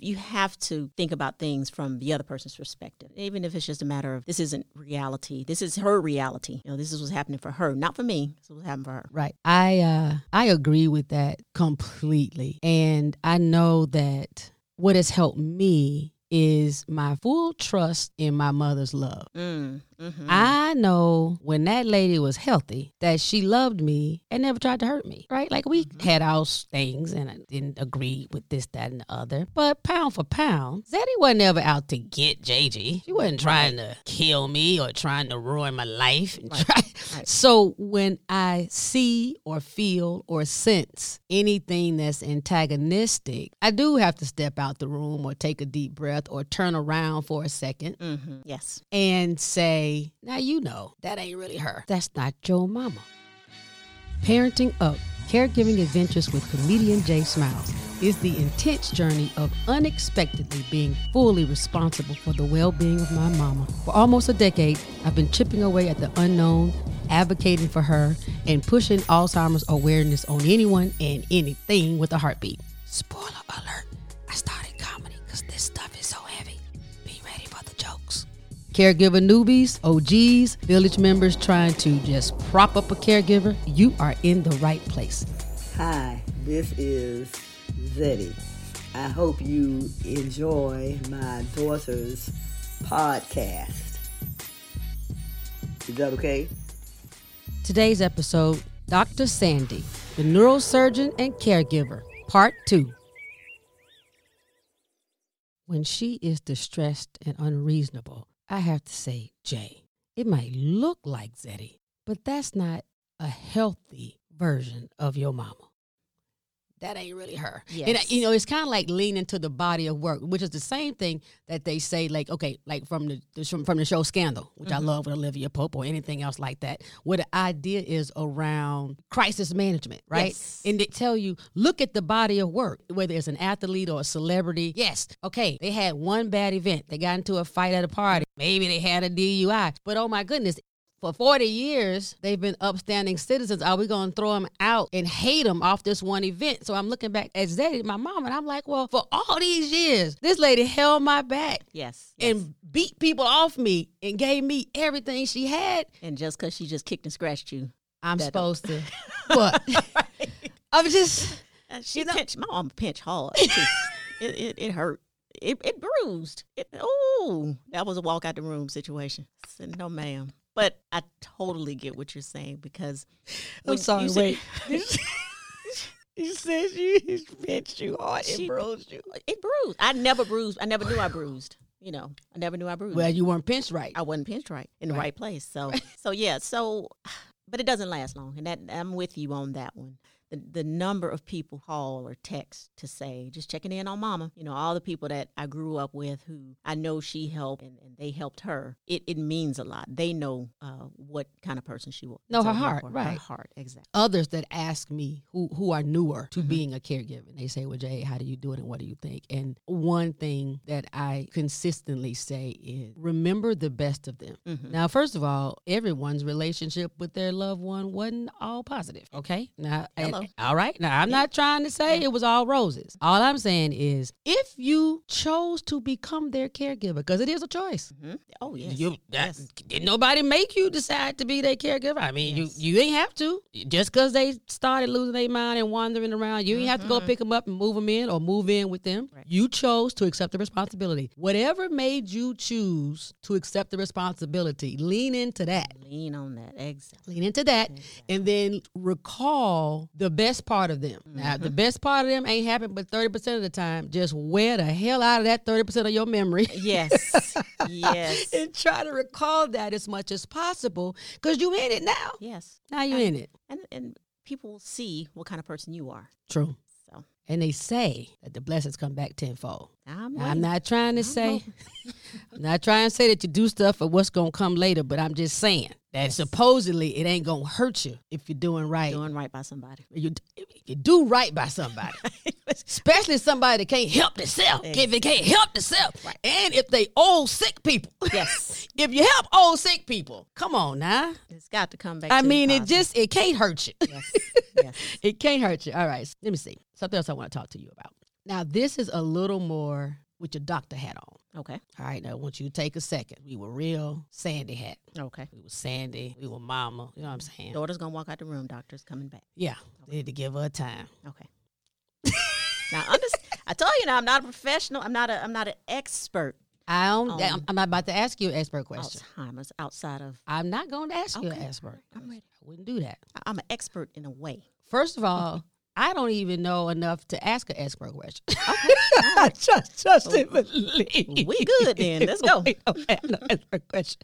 you have to think about things from the other person's perspective, even if it's just a matter of this isn't reality. This is her reality. You know, this is what's happening for her, not for me. This is what's happening for her. Right. I uh I agree with that completely. And I know that what has helped me is my full trust in my mother's love. Mm, mhm. Mm-hmm. I know when that lady was healthy that she loved me and never tried to hurt me, right? Like we Mm-hmm. had our things and I didn't agree with this, that, and the other. But pound for pound, Zaddy wasn't ever out to get JJ. She wasn't trying to kill me or trying to ruin my life. And try. Right. So when I see or feel or sense anything that's antagonistic, I do have to step out the room or take a deep breath or turn around for a second Mhm. Yes. and say, now you know, that ain't really her. That's not your mama. Parenting Up, Caregiving Adventures with comedian Jay Smiles, is the intense journey of unexpectedly being fully responsible for the well being of my mama. For almost a decade, I've been chipping away at the unknown, advocating for her, and pushing Alzheimer's awareness on anyone and anything with a heartbeat. Spoiler alert, I started comedy because this stuff is so heavy. Be ready for the jokes. Caregiver newbies, OGs, village members trying to just prop up a caregiver, you are in the right place. Hi, this is Zeddy. I hope you enjoy my daughter's podcast. Is that okay? Today's episode Dr. Sandy, the neurosurgeon and caregiver, part two. When she is distressed and unreasonable, I have to say, Jay, it might look like Zeddy, but that's not a healthy version of your mama. That ain't really her. And, uh, Yes. you know, it's kind of like leaning to the body of work, which is the same thing that they say, like, okay, like from the, the from, from the show Scandal, which Mm-hmm. I love with Olivia Pope or anything else like that, where the idea is around crisis management, right? Yes. And they tell you, look at the body of work, whether it's an athlete or a celebrity. Yes, okay, they had one bad event. They got into a fight at a party. Maybe they had a DUI. But oh my goodness, for 40 years, they've been upstanding citizens. Are we going to throw them out and hate them off this one event? So I'm looking back at Zeddy, my mom, and I'm like, well, for all these years, this lady held my back Yes. yes. and beat people off me and gave me everything she had. and just because she just kicked and scratched you, I'm That don't- supposed to. What? I'm just. Uh, she pinched. My arm pinched hard. It, it, it, it hurt. It, it bruised. It, oh, that was a walk out the room situation. I said, no, ma'am. But I totally get what you're saying because I'm when sorry, you said- wait. You said she pinched you hard and bruised you. it bruised. I never bruised. I never knew I bruised. You know, I never knew I bruised. Well, you weren't pinched right. I wasn't pinched right in the Right. right, place. So, so yeah. So, but it doesn't last long, and that I'm with you on that one. The, the number of people call or text to say just checking in on mama you know all the people that i grew up with who i know she helped and, and they helped her it, it means a lot they know uh, what kind of person she was Know her So, heart, therefore, her right. heart exactly Others that ask me who who are newer to being a caregiver, and they say, "Well, Jay, how do you do it, and what do you think?" And one thing that I consistently say is, remember the best of them. Mhm. Now, first of all, everyone's relationship with their loved one wasn't all positive. Okay, now, and- Hello. all right. Now, I'm not trying to say it was all roses. All I'm saying is, if you chose to become their caregiver, because it is a choice. Mhm. oh yes You that, yes. did nobody make you decide to be their caregiver. I mean, Yes. you you ain't have to. Just because they started losing their mind and wandering around, you ain't have to go pick them up and move them in or move in with them. Mm-hmm. Right. You chose to accept the responsibility. Whatever made you choose to accept the responsibility, lean into that. lean on that exactly Lean into that, and then recall the best part of them. Now, Mm-hmm. the best part of them ain't happened, but thirty percent of the time, just wear the hell out of that thirty percent of your memory yes yes and try to recall that as much as possible because you in it now. yes Now you in it. and and people will see what kind of person you are True. so And they say that the blessings come back tenfold. i'm, Now, I'm waiting. not trying to say, I'm not trying to say that you do stuff for what's gonna come later, but I'm just saying that supposedly it ain't gonna hurt you if you're doing right. doing right by somebody you you do right by somebody, especially somebody that can't help themselves. If they can't help themselves, and if they old sick people, Yes. if you help old sick people, come on now. It's got to come back. I to mean, the it positive. just it can't hurt you. Yes. yes. it can't hurt you. All right, let me see something else I want to talk to you about. Now, this is a little more with your doctor hat on. Okay. All right, now I want you to take a second. We were real Sandy hat. Okay. We were Sandy. We were Mama. You know what I'm saying? Daughter's gonna walk out the room. Doctor's coming back. Yeah, they need to give her time. Okay. now, under- I told you now, I'm not a professional. I'm not a. I'm not an expert. I don't. that- Um, I'm not about to ask you an expert question. Alzheimer's outside of. I'm not going to ask you an Okay, expert. all right, I'm question. ready. I wouldn't do that. I- I'm an expert in a way. First of all, I don't even know enough to ask an expert question. all right. just, just Well, believe. we good then. Let's go. We don't have no expert question.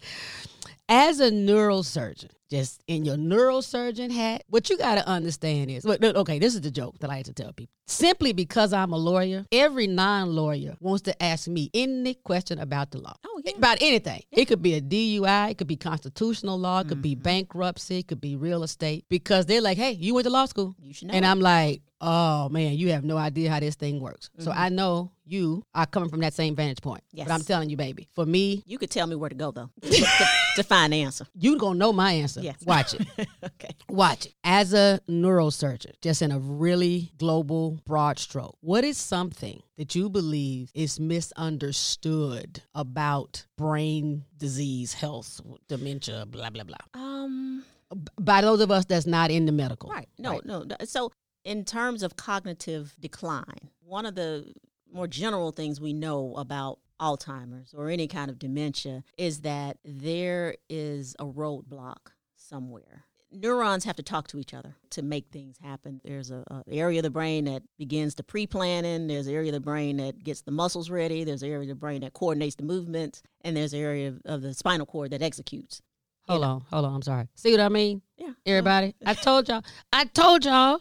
As a neurosurgeon, just in your neurosurgeon hat, what you got to understand is, look, look, okay, this is the joke that I like to tell people. Simply because I'm a lawyer, every non-lawyer wants to ask me any question about the law. Oh, yeah. About anything. It could be a DUI, it could be constitutional law, it could Mm-hmm. be bankruptcy, it could be real estate, because they're like, hey, you went to law school. You should know. And I'm like, oh man, you have no idea how this thing works. So I know you are coming from that same vantage point. Mm-hmm. Yes. But I'm telling you, baby, for me, you could tell me where to go though to, to find the answer. you gonna know my answer. Yes. Watch it. okay. Watch it. As a neurosurgeon, just in a really global, broad stroke, what is something that you believe is misunderstood about brain disease, health, dementia, blah, blah, blah? Um. B- By those of us that's not in the medical. Right. No, no. no. So, in terms of cognitive decline, one of the more general things we know about Alzheimer's or any kind of dementia is that there is a roadblock somewhere. Neurons have to talk to each other to make things happen. There's a, a area of the brain that begins the pre-planning. There's an area of the brain that gets the muscles ready. There's an area of the brain that coordinates the movements, and there's an area of, of the spinal cord that executes. Hold on, hold on. I'm sorry. See what I mean? Yeah. Everybody, I told y'all. I told y'all,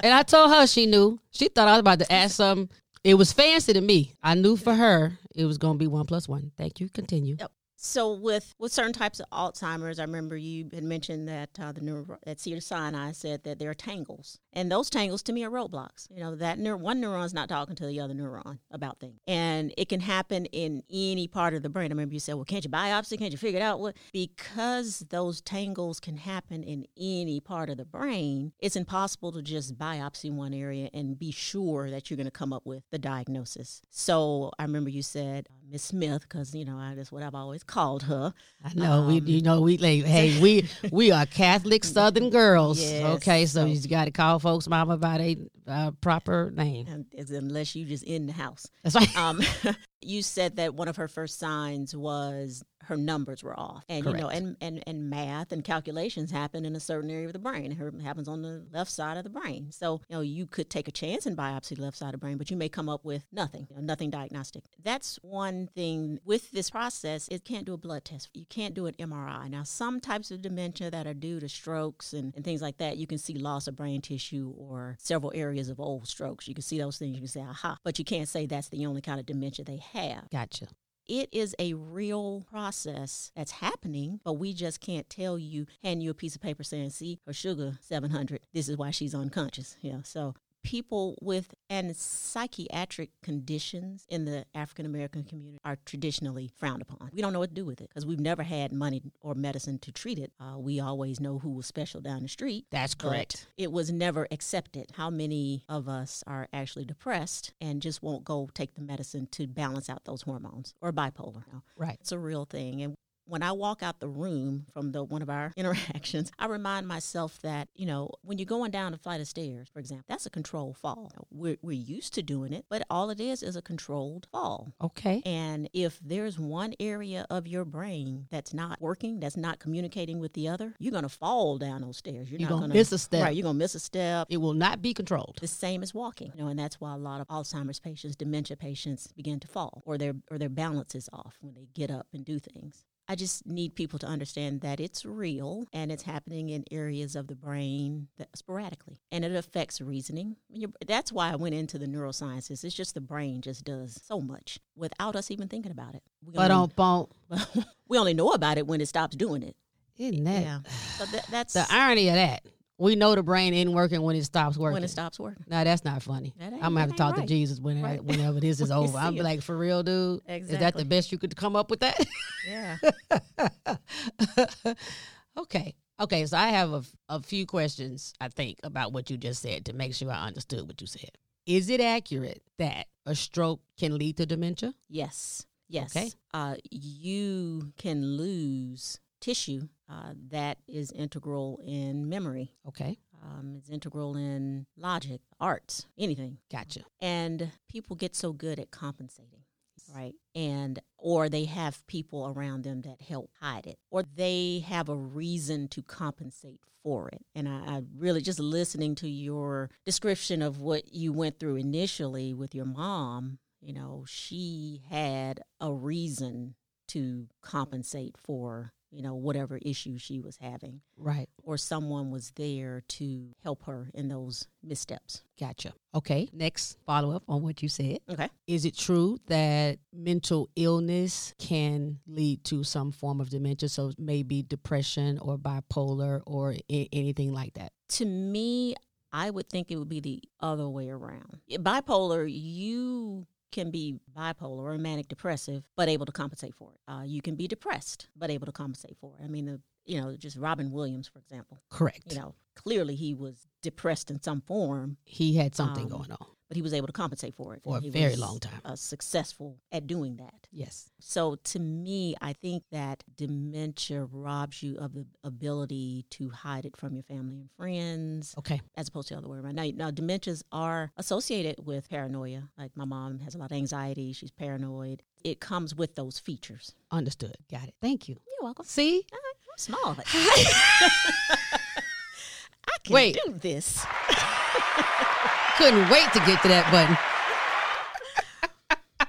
and I told her she knew. She thought I was about to ask something. It was fancy to me. I knew for her it was gonna be one plus one. Thank you. Continue. Yep. So with with certain types of Alzheimer's, I remember you had mentioned that uh, the neuro at Cedar Sinai said that there are tangles, and those tangles to me are roadblocks. You know that neur- one neuron's not talking to the other neuron about things, and it can happen in any part of the brain. I remember you said, "Well, can't you biopsy? Can't you figure it out?" What because those tangles can happen in any part of the brain, it's impossible to just biopsy one area and be sure that you're going to come up with the diagnosis. So I remember you said uh, Miss Smith, because you know I, that's what I've always called her. I know we, Um, you know we like. Hey, we we are Catholic Southern girls. Yes. okay, so So- you got to call folks mama by their uh, proper name. and- is- unless you just in the house. That's right. Um, you said that one of her first signs was her numbers were off, and you know, Correct. and, and and math and calculations happen in a certain area of the brain. Her happens on the left side of the brain. So you know, you could take a chance and biopsy the left side of the brain, but you may come up with nothing, you know, nothing diagnostic. That's one thing with this process. It can't do a blood test. You can't do an MRI. Now, some types of dementia that are due to strokes and, and things like that, you can see loss of brain tissue or several areas of old strokes. You can see those things. You can say, aha, but you can't say that's the only kind of dementia they have Gotcha. it is a real process that's happening, but we just can't tell you, hand you a piece of paper saying, see, her sugar 700. This is why she's unconscious. Yeah. So people with and psychiatric conditions in the African American community are traditionally frowned upon. We don't know what to do with it because we've never had money or medicine to treat it. Uh, we always know who was special down the street That's but correct. It was never accepted. How many of us are actually depressed and just won't go take the medicine to balance out those hormones or bipolar? you know? Right. It's a real thing. And when I walk out the room from the one of our interactions, I remind myself that, you know, when you're going down a flight of stairs, for example, that's a controlled fall. We're, we're used to doing it, but all it is is a controlled fall. Okay. And if there's one area of your brain that's not working, that's not communicating with the other, you're going to fall down those stairs. You're, You're not gonna going miss a step. Right, you're going to miss a step. It will not be controlled. The same as walking, you know, and that's why a lot of Alzheimer's patients, dementia patients, begin to fall, or their or their balance is off when they get up and do things. I just need people to understand that it's real and it's happening in areas of the brain that sporadically, and it affects reasoning. And your- That's why I went into the neurosciences. It's just the brain just does so much without us even thinking about it. We But um, on only, bump, we only know about it when it stops doing it. isn't that so that, that's the irony of that? We know the brain isn't working when it stops working. when it stops working. No, that's not funny. That I'm ain't- gonna have that to talk ain't to right. Jesus when, Right. whenever this is When you over. I'll see be it. like, for real, dude. Is that the Exactly. best you could come up with that? Yeah. okay. Okay. So I have a, f- a few questions, I think, about what you just said to make sure I understood what you said. Is it accurate that a stroke can lead to dementia? Yes. Yes. Okay. Uh, you can lose tissue uh, that is integral in memory. Okay, Um, it's integral in logic, arts, anything. gotcha. And people get so good at compensating, right? And or they have people around them that help hide it, or they have a reason to compensate for it. And I, I really just listening to your description of what you went through initially with your mom. You know, she had a reason to compensate for you know whatever issue she was having Right, or someone was there to help her in those missteps. gotcha. Okay, next follow up on what you said. Okay. Is it true that mental illness can lead to some form of dementia? So maybe depression or bipolar or I- anything like that? To me, I would think it would be the other way around. Bipolar, you can be bipolar or manic depressive, but able to compensate for it. Uh, you can be depressed, but able to compensate for it. I mean, the you know, just Robin Williams, for example. Correct. You know, clearly he was depressed in some form, he had something um, going on. but he was able to compensate for it For and a he very was, long time. Uh, successful at doing that. Yes. So to me, I think that dementia robs you of the ability to hide it from your family and friends, Okay. as opposed to the other way around. Now, now dementias are associated with paranoia. Like my mom has a lot of anxiety; she's paranoid. It comes with those features. Understood. Got it. Thank you. You're welcome. See? I'm small. I can Wait. do this. Couldn't wait to get to that button.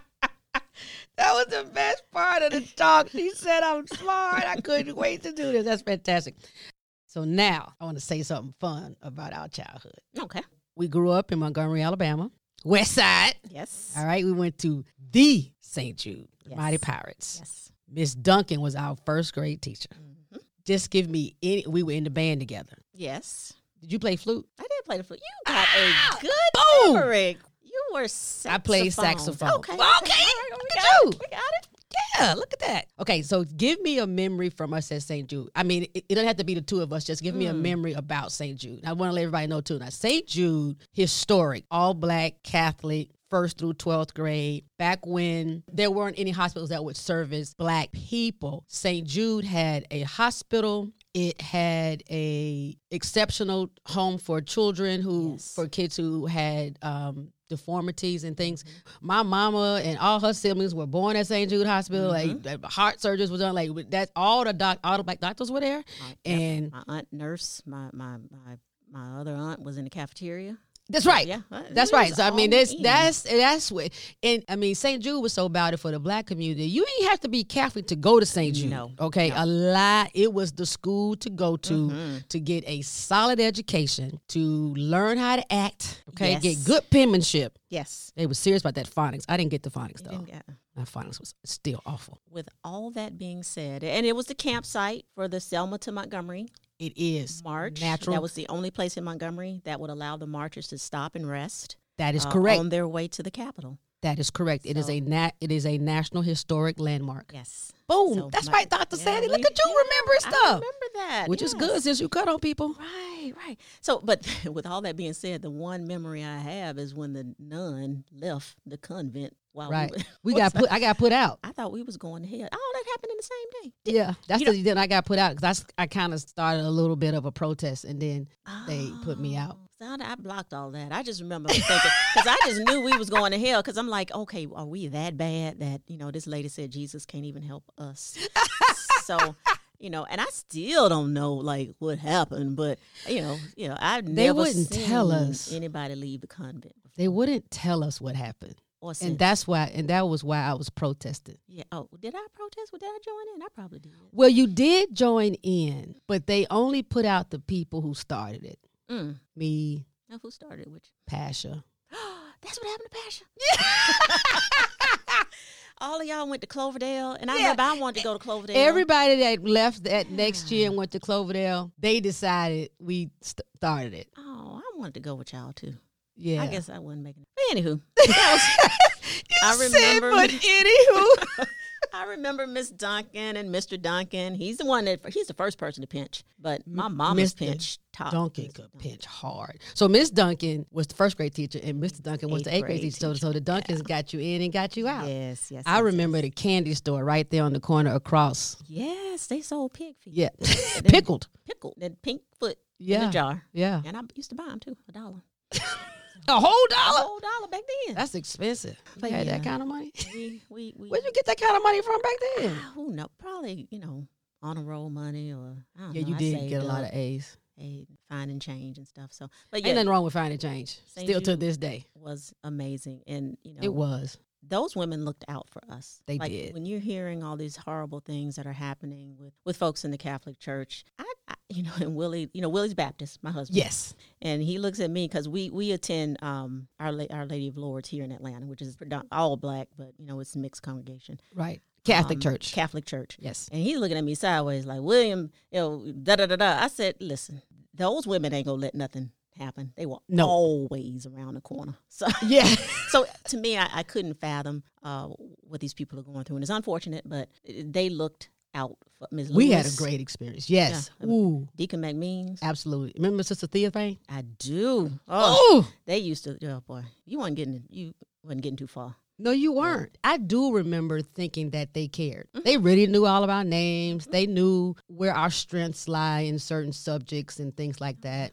that was the best part of the talk. She said, I'm smart. I couldn't wait to do this. That's fantastic. So now I want to say something fun about our childhood. Okay. We grew up in Montgomery, Alabama, West Side. Yes. All right. We went to the St. Jude, the Yes. Mighty Pirates. Yes. Miss Duncan was our first grade teacher. Mhm. Just give me any, we were in the band together. Yes. Did you play flute? I did play the flute. You got a good Boom! memory. You were saxophone. Ah! Oh! I played saxophone. Okay. Well, All okay. right, Look we, at got you. It. we got it. Yeah, look at that. Okay, so give me a memory from us at St. Jude. I mean, it, it doesn't have to be the two of us. Just give me a memory about St. Jude. I want to let everybody know too. Now, St. Jude, historic, all black, Catholic, first through 12th grade. Back when there weren't any hospitals that would service black people, St. Jude had a hospital. It had a exceptional home for children who, Yes. for kids who had um, deformities and things. Mm-hmm. My mama and all her siblings were born at St. Jude Hospital. Mm-hmm. Like the heart surgeons were done. Like with that, all the doc, all the black doctors were there, Right, yep. and my aunt nurse, my my my my other aunt was in the cafeteria. that's right. Yeah, uh, That's it right. was So I mean, all that's in. that's that's what, and I mean, St. Jude was so about it for the black community. You ain't have to be Catholic to go to St. Jude. No, Mm-hmm. okay, a lot. It was the school to go to to get a solid education, to learn how to act. Okay, get Yes. good penmanship. yes. They were serious about that phonics. I didn't get the phonics though. And, uh, My phonics was still awful. With all that being said, and it was the campsite for the Selma to Montgomery It is march. natural. That was the only place in Montgomery that would allow the marchers to stop and rest. that is uh, correct. on their way to the Capitol. That is correct. It is So- a nat. It is a national historic landmark. Yes. Boom. So That's my- right, Dr. yeah, Sandy. Look we- at you yeah, remembering stuff, I remember that, which is yes. good since you cut on people. Right, right. So, but with all that being said, the one memory I have is when the nun left the convent. While Right. we, were- We got put. I got put out. I thought we was going to hell. Oh, that happened in the same day. Yeah, that's you know- the, then I got put out because I, kind of started a little bit of a protest and then they put me out. Oh, so I, I blocked all that. I just remember thinking because I just knew we was going to hell. Because I'm like, okay, are we that bad that you know this lady said Jesus can't even help us? so. You know, and I still don't know like what happened, but you know, you know, I've They never wouldn't tell seen us. anybody leave the convent They wouldn't tell us what happened, or since. and that's why. And that was why I was protesting. Yeah. Oh, did I protest? Well, did I join in? I probably did. Well, you did join in, but they only put out the people who started it. Mm. Me, Now, who started which? Pasha. That's what happened to Pasha. All of y'all went to Cloverdale, and I remember I wanted to go to Cloverdale. Everybody that left that next year and went to Cloverdale, they decided we st- started it. Oh, I wanted to go with y'all too. Yeah, I guess I wasn't making it. But anywho, that was, I remember. anywho, I remember Miss Duncan and Mr. Duncan. He's the one that he's the first person to pinch, but my mom is Mr. pinched top. Duncan could pinch hard. So Miss Duncan was the first grade teacher, and Mr. Duncan was the Eighth eighth grade grade teacher. So, so the Duncans got you in and got you out. Yes, yes. I yes, remember the candy store right there on the corner across. Yes, they sold pig feet. Yeah, pickled. Pickled and pink foot in Yeah. a jar. Yeah, And I used to buy them too, a dollar. a whole A dollar. whole dollar back then. Uh, That's expensive. Oh, But you had that yeah. kind of money. we, we, we, Ah, Where'd you get that kind of money from back then? who know? Probably, you know, on a roll money or I don't Yeah, know, you I did get saved a lot up, of A's. paid, finding change and stuff. So, but Ain't yeah, nothing wrong with finding change. Same Still to you. this day, it was amazing, and you know, it was. those women looked out for us. They like, did. When you're hearing all these horrible things that are happening with, with folks in the Catholic Church, I, I you know, and Willie, you know, Willie's Baptist, my husband. Yes. and he looks at me because we we attend um our La- our Lady of Lords here in Atlanta, which is predom- all black, but you know it's a mixed congregation, Right. Catholic Um, Church. Catholic church. yes. And he's looking at me sideways, like William, you know, da da da da. I said, listen, those women ain't gonna let nothing happen. They were No. always around the corner. So Yeah. so to me, I, I couldn't fathom uh, what these people are going through, and it's unfortunate, but they looked out for Ms. we had a Lewis, great experience. Yes. Yeah. Ooh. Deacon McMeans. Absolutely. Remember Sister Thea thing? I do. oh. Oh. They used to. Oh boy, you weren't getting you wasn't getting too far. No, you weren't. I do remember thinking that they cared. They really knew all of our names. They knew where our strengths lie in certain subjects and things like that.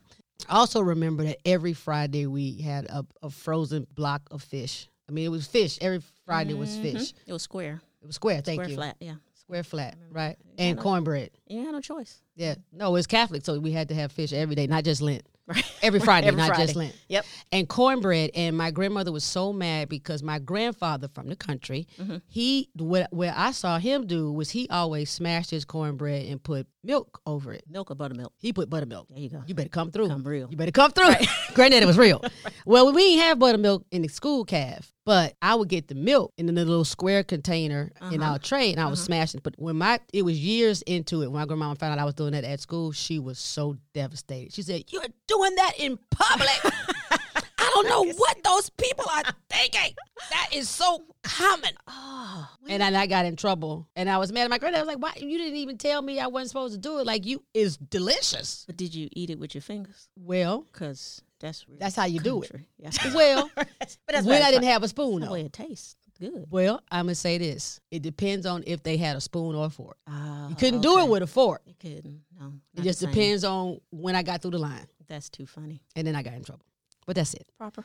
I also remember that every Friday we had a, a frozen block of fish. I mean, it was fish. Every Friday was fish. It was square, It was square. Thank square you. flat. Yeah, Square flat. Right. And cornbread. you ain't had no choice. Yeah. No, it's Catholic, so we had to have fish every day, not just Lent. Right. Every Friday, Every not Friday. just Lent. Yep. And cornbread. And my grandmother was so mad because my grandfather from the country, he what what I saw him do was he always smashed his cornbread and put milk over it. Milk or buttermilk. He put buttermilk. There you go. You better come through. Come real. You better come through. Granddaddy was real. Well, we didn't have buttermilk in the school calf, but I would get the milk in the little square container in Uh-huh. our tray, and I was smashing. But when my it was years into it when my grandma found out I was doing that at school, she was so devastated. She said, "You're doing that in public." I don't know what those people are thinking. That is so common. Oh, And then I got in trouble, and I was mad at my granddad. I was like, "Why you didn't even tell me I wasn't supposed to do it? Like you is delicious." but did you eat it with your fingers? Well, Cause that's real That's how you do it. country. Yeah. well, but that's when why I it's didn't have a spoon. like- the though. way it tastes good. Well, I'm gonna say this: it depends on if they had a spoon or a fork. Uh, You couldn't do it with a fork. You couldn't. No. not It the just same. depends on when I got through the line, That's too funny. and then I got in trouble. But that's it. Proper.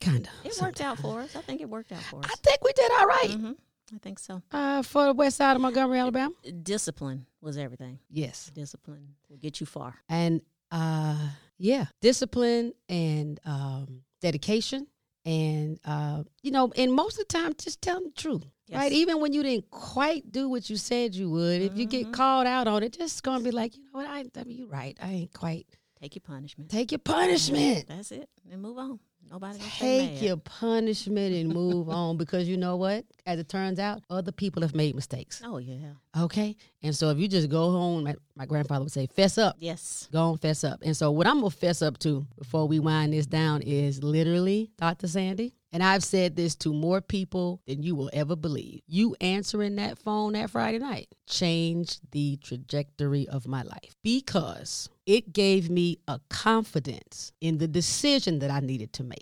kind of. It worked out for us. I think it worked out for I us. think we did all right. hmm I think so. Uh, for the west side of Montgomery, Alabama. Discipline was everything. Yes, Discipline will get you far. and uh, yeah, discipline and um, dedication, and uh, you know, and most of the time, just telling the truth. Yes. Right, even when you didn't quite do what you said you would, if you get called out on it, just gonna be like, you know what, I, I mean, you're right, I ain't quite Take your punishment. Take your punishment. That's it. And move on. Nobody gonna stay Take mad. your punishment and move on because you know what? As it turns out, other people have made mistakes. Oh yeah. Okay? And so if you just go home, my, my grandfather would say, fess up. Yes. Go on, fess up. And so what I'm going to fess up to before we wind this down is literally, Dr. Sandy, and I've said this to more people than you will ever believe. You answering that phone that Friday night changed the trajectory of my life because it gave me a confidence in the decision that I needed to make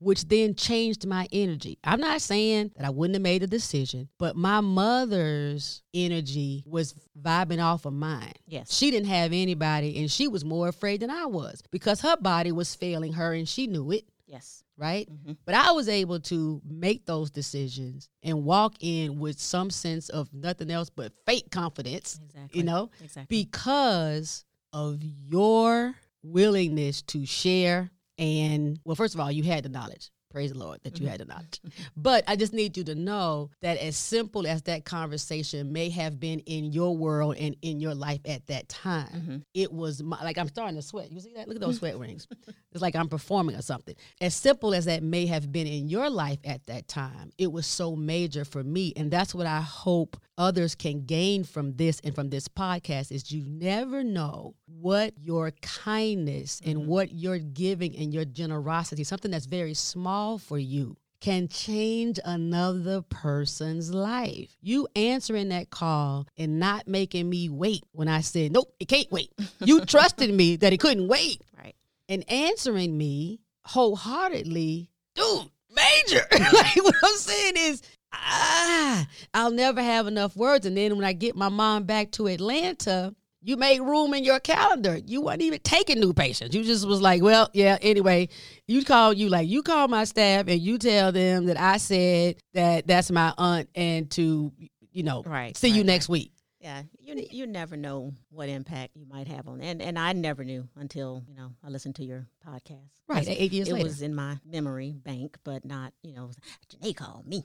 which then changed my energy. I'm not saying that I wouldn't have made the decision, but my mother's energy was vibing off of mine. Yes. She didn't have anybody and she was more afraid than I was because her body was failing her and she knew it, Yes. right? Mhm. But I was able to make those decisions and walk in with some sense of nothing else but fake confidence, Exactly. you know, Exactly. because of your willingness to share and well first of all you had the knowledge praise the lord that you had the knowledge but i just need you to know that as simple as that conversation may have been in your world and in your life at that time it was my, like i'm starting to sweat you see that look at those sweat rings it's like i'm performing or something as simple as that may have been in your life at that time it was so major for me and that's what i hope others can gain from this and from this podcast is you never know what your kindness and what your giving and your generosity something that's very small for you can change another person's life. You answering that call and not making me wait when I said, nope, it can't wait. You trusted me that it couldn't wait. Right. And answering me wholeheartedly, dude, major. like what I'm saying is, ah, I'll never have enough words. And then when I get my mom back to Atlanta, you made room in your calendar. You weren't even taking new patients. You just was like, well, yeah, anyway, you call you like you call my staff and you tell them that I said that that's my aunt and to you know Right, see you right, next week. Yeah, you n- you never know what impact you might have on, and and I never knew until you know I listened to your podcast. Right, eight years it later. was in my memory bank, but not you know Janae called me.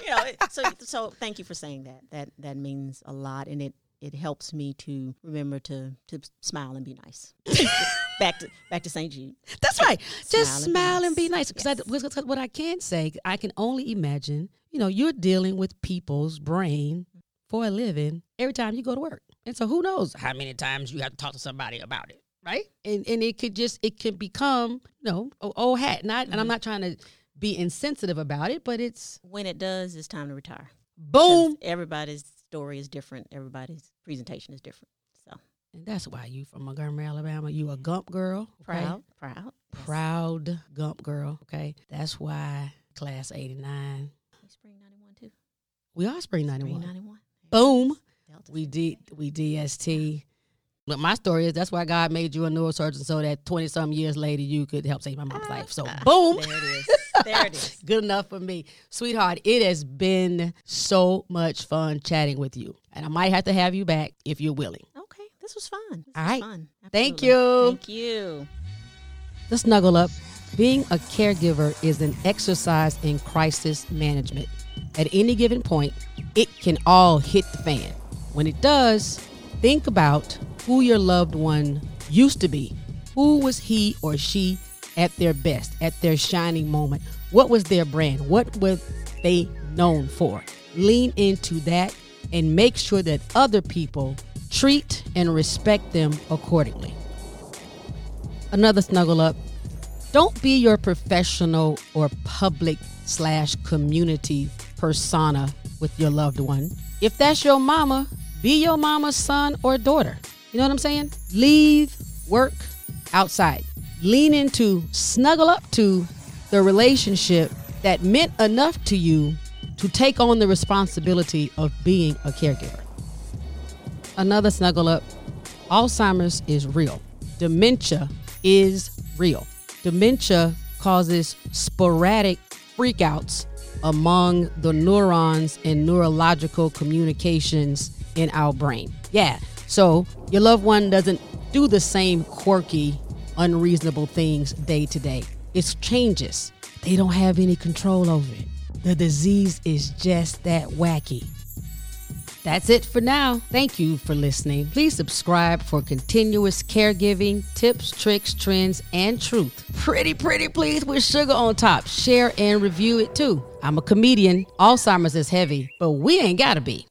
you know, it- so so thank you for saying that. That that means a lot, and it it helps me to remember to to smile and be nice. back to back to St. Jude. That's right. Just smile Smile and and be be nice. Because what I can say, I can only imagine, you know, you're dealing with people's brain for a living every time you go to work. And so who knows how many times you have to talk to somebody about it, right? And and it could just it could become, you know, a old hat. Not and I'm not trying to be insensitive about it, but it's When it does, it's time to retire. 'Cause boom. Everybody's story is different. Everybody's presentation is different. So And that's why you from Montgomery, Alabama. You a gump girl. okay? proud, proud, Yes. Proud gump girl. Okay. That's why class eighty nine. We Spring ninety one too. We are spring ninety Spring one. ninety one. Boom. Delta We Sigma did Delta. we DST. But my story is that's why God made you a neurosurgeon so that twenty some years later you could help save my mom's life. So boom. There it is. There it is. Good enough for me. Sweetheart, it has been so much fun chatting with you. And I might have to have you back if you're willing. Okay, this was fun. This All was right. fun. Thank Absolutely. you. Thank you. The Snuggle Up Being a caregiver is an exercise in crisis management. At any given point, it can all hit the fan. When it does, think about who your loved one used to be. Who was he or she at their best, at their shining moment? What was their brand? What were they known for? Lean into that and make sure that other people treat and respect them accordingly another snuggle up. Don't be your professional or public slash community persona with your loved one. If that's your mama, be your mama's son or daughter. You know what I'm saying? Leave work outside. Lean into, snuggle up to the relationship that meant enough to you to take on the responsibility of being a caregiver another snuggle up. Alzheimer's is real. Dementia is real. Dementia causes sporadic freakouts among the neurons and neurological communications in our brain. Yeah. So your loved one doesn't do the same quirky, unreasonable things day to day. It changes. They don't have any control over it. The disease is just that wacky. That's it for now. Thank you for listening. Please subscribe for continuous caregiving tips, tricks, trends, and truth. Pretty, pretty please with sugar on top. Share and review it too. I'm a comedian. Alzheimer's is heavy, but we ain't gotta be.